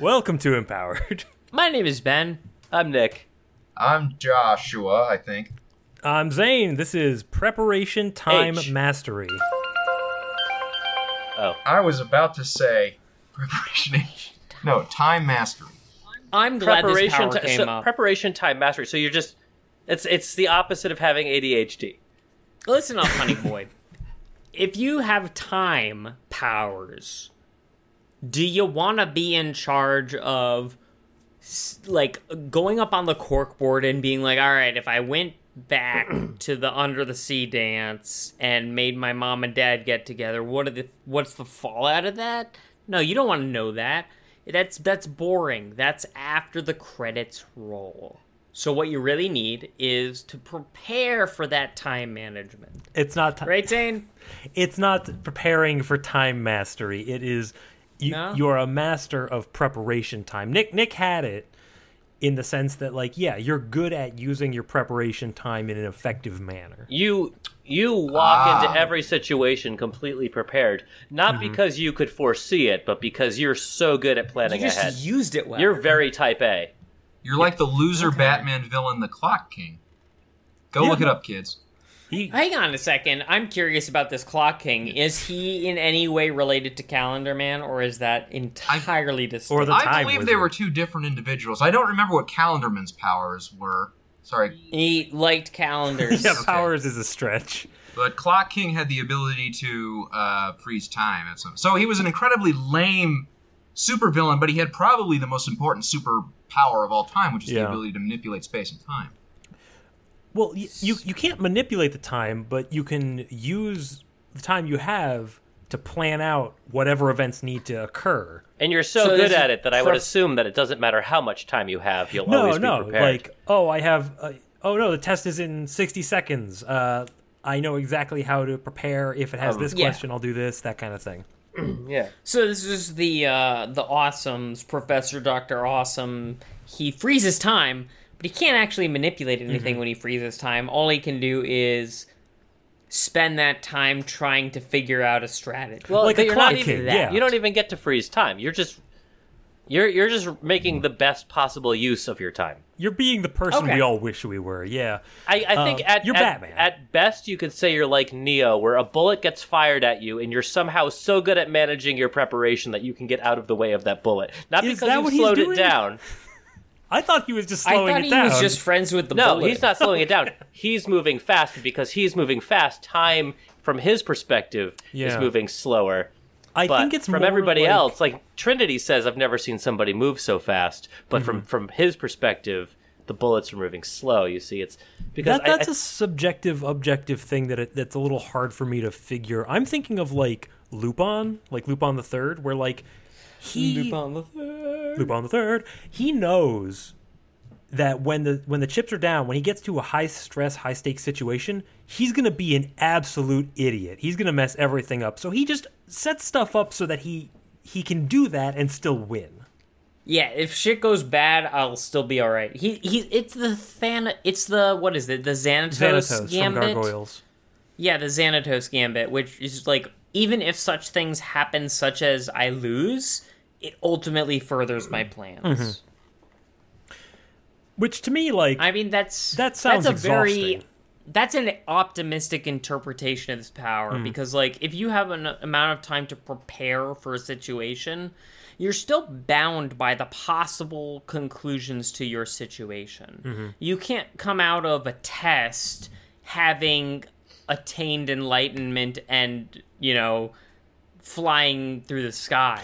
Welcome to Empowered. My name is Ben. I'm Nick. I'm Joshua, I think. I'm Zane. This is Preparation Time H. Mastery. I was about to say preparation. H- No, time mastery. I'm glad this preparation power ti- came so up. preparation time mastery. So you're just it's it's the opposite of having ADHD. Listen up, honey boy. if you have time powers, do you want to be in charge of s- like going up on the corkboard and being like, "All right, if I went back to the under the sea dance and made my mom and dad get together, what are the what's the fallout of that?" No, you don't want to know that. That's that's boring. That's after the credits roll. So what you really need is to prepare for that time management. It's not ti- Right, Zane? it's not preparing for time mastery. It is you, No? you're a master of preparation time. Nick Nick had it in the sense that like yeah, you're good at using your preparation time in an effective manner. You you walk Ah. into every situation completely prepared, not Mm-hmm. because you could foresee it, but because you're so good at You planning just ahead. used it well. You're very type A. You're like the loser Batman villain, the Clock King. Go look it up, kids. He, Hang on a second. I'm curious about this Clock King. Is he in any way related to Calendar Man, or is that entirely distinct? Or the I time believe wizard. they were two different individuals. I don't remember what Calendarman's powers were. Sorry, he liked calendars. yeah, powers is a stretch. but Clock King had the ability to uh, freeze time. At some, so he was an incredibly lame supervillain, but he had probably the most important superpower of all time, which is Yeah. the ability to manipulate space and time. Well, y- you you can't manipulate the time, but you can use the time you have to plan out whatever events need to occur. And you're so, So this good is at it that I would pref- assume that it doesn't matter how much time you have, you'll No, always be no, prepared. like oh, I have. Uh, oh no, the test is in sixty seconds. Uh, I know exactly how to prepare. If it has this yeah. question, I'll do this. That kind of thing. yeah. So this is the uh, the Awesomes Professor Doctor Awesome. He freezes time, but he can't actually manipulate Mm-hmm. anything when he freezes time. All he can do is spend that time trying to figure out a strategy. Well, Like but a you're not clock even king, that. yeah. You don't even get to freeze time. You're just you're you're just making the best possible use of your time. You're being the person Okay. we all wish we were. Yeah, I, I think at, Um, you're at, Batman. at best you could say you're like Neo, where a bullet gets fired at you, and you're somehow so good at managing your preparation that you can get out of the way of that bullet. Not Is because that you what he's slowed doing? it down. I thought he was just I slowing thought it he down. was just friends with the No, bullet. he's not slowing it down. He's moving fast and because he's moving fast. Time from his perspective is Yeah. moving slower. I But think it's from more everybody like- else. Like Trinity says, I've never seen somebody move so fast. But Mm-hmm. from from his perspective, the bullets are moving slow. You see, it's because That, I- that's a subjective, objective thing that it, that's a little hard for me to figure. I'm thinking of like Lupin, like Lupin the Third, where like he Lupin the Third. Lupin the Third, he knows that when the when the chips are down, when he gets to a high stress, high stakes situation, he's gonna be an absolute idiot. He's gonna mess everything up. So he just sets stuff up so that he he can do that and still win. Yeah, if shit goes bad, I'll still be all right. He he. It's the Than. It's the what is it? The Xanatos, Xanatos from gambit. Gargoyles. Yeah, the Xanatos gambit, which is like even if such things happen, such as I lose, it ultimately furthers my plans. Mm-hmm. Which to me, like I mean, that's That sounds that's a very exhausting. that's an optimistic interpretation of this power Hmm. because like if you have an amount of time to prepare for a situation, you're still bound by the possible conclusions to your situation. Mm-hmm. You can't come out of a test having attained enlightenment and, you know, flying through the sky.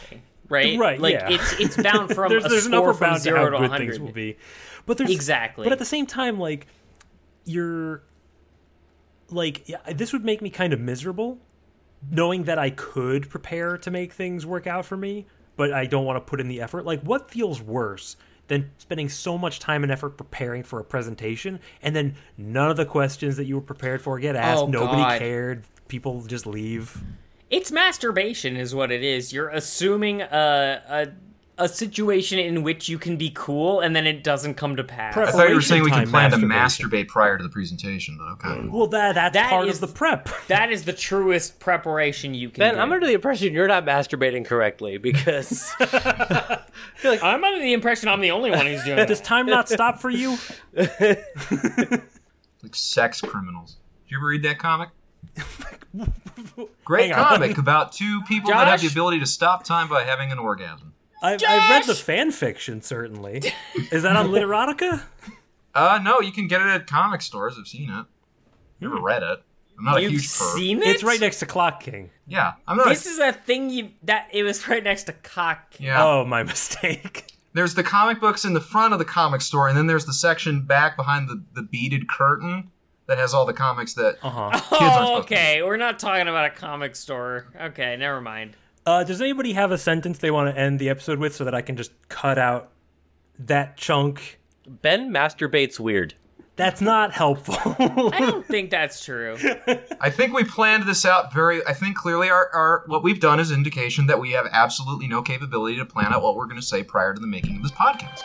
Right, Right, Like yeah. it's it's bound from there's, a there's an score upper from bound to how zero to good things hundred. will be, but there's Exactly. But at the same time, like you're like yeah, this would make me kind of miserable, knowing that I could prepare to make things work out for me, but I don't want to put in the effort. Like, what feels worse? Than spending so much time and effort preparing for a presentation, and then none of the questions that you were prepared for get asked. Oh, Nobody God. cared. People just leave. It's masturbation, is what it is. You're assuming a, a a situation in which you can be cool and then it doesn't come to pass. I Prep- thought you were saying we Preparation can plan to time masturbate prior to the presentation, but okay. Mm-hmm. Well, that that's That part is- of the prep. That is the truest preparation you can. Ben, do. I'm under the impression you're not masturbating correctly because I'm under the impression I'm the only one who's doing Does this. time not stop for you? Like sex criminals. Did you ever read that comic? Great Hang on. comic about two people that have the Josh? ability to stop time by having an orgasm. I've, I've read the Josh! fan fiction. Certainly, is that on Literotica? Uh, no, you can get it at comic stores. I've seen it. Never read it. I'm not a You've huge perv. seen it? It's right next to Clock King. Yeah, I'm not. a- This is a thing you that it was right next to cock. yeah. Oh, my mistake. There's the comic books in the front of the comic store, and then there's the section back behind the, the beaded curtain that has all the comics that Uh huh. kids aren't Oh, supposed to okay. We're not talking about a comic store. Okay, never mind. Uh, does anybody have a sentence they want to end the episode with so that I can just cut out that chunk? Ben masturbates weird. That's not helpful. I don't think that's true. I think we planned this out very. I think clearly our, our what we've done is indication that we have absolutely no capability to plan out what we're going to say prior to the making of this podcast.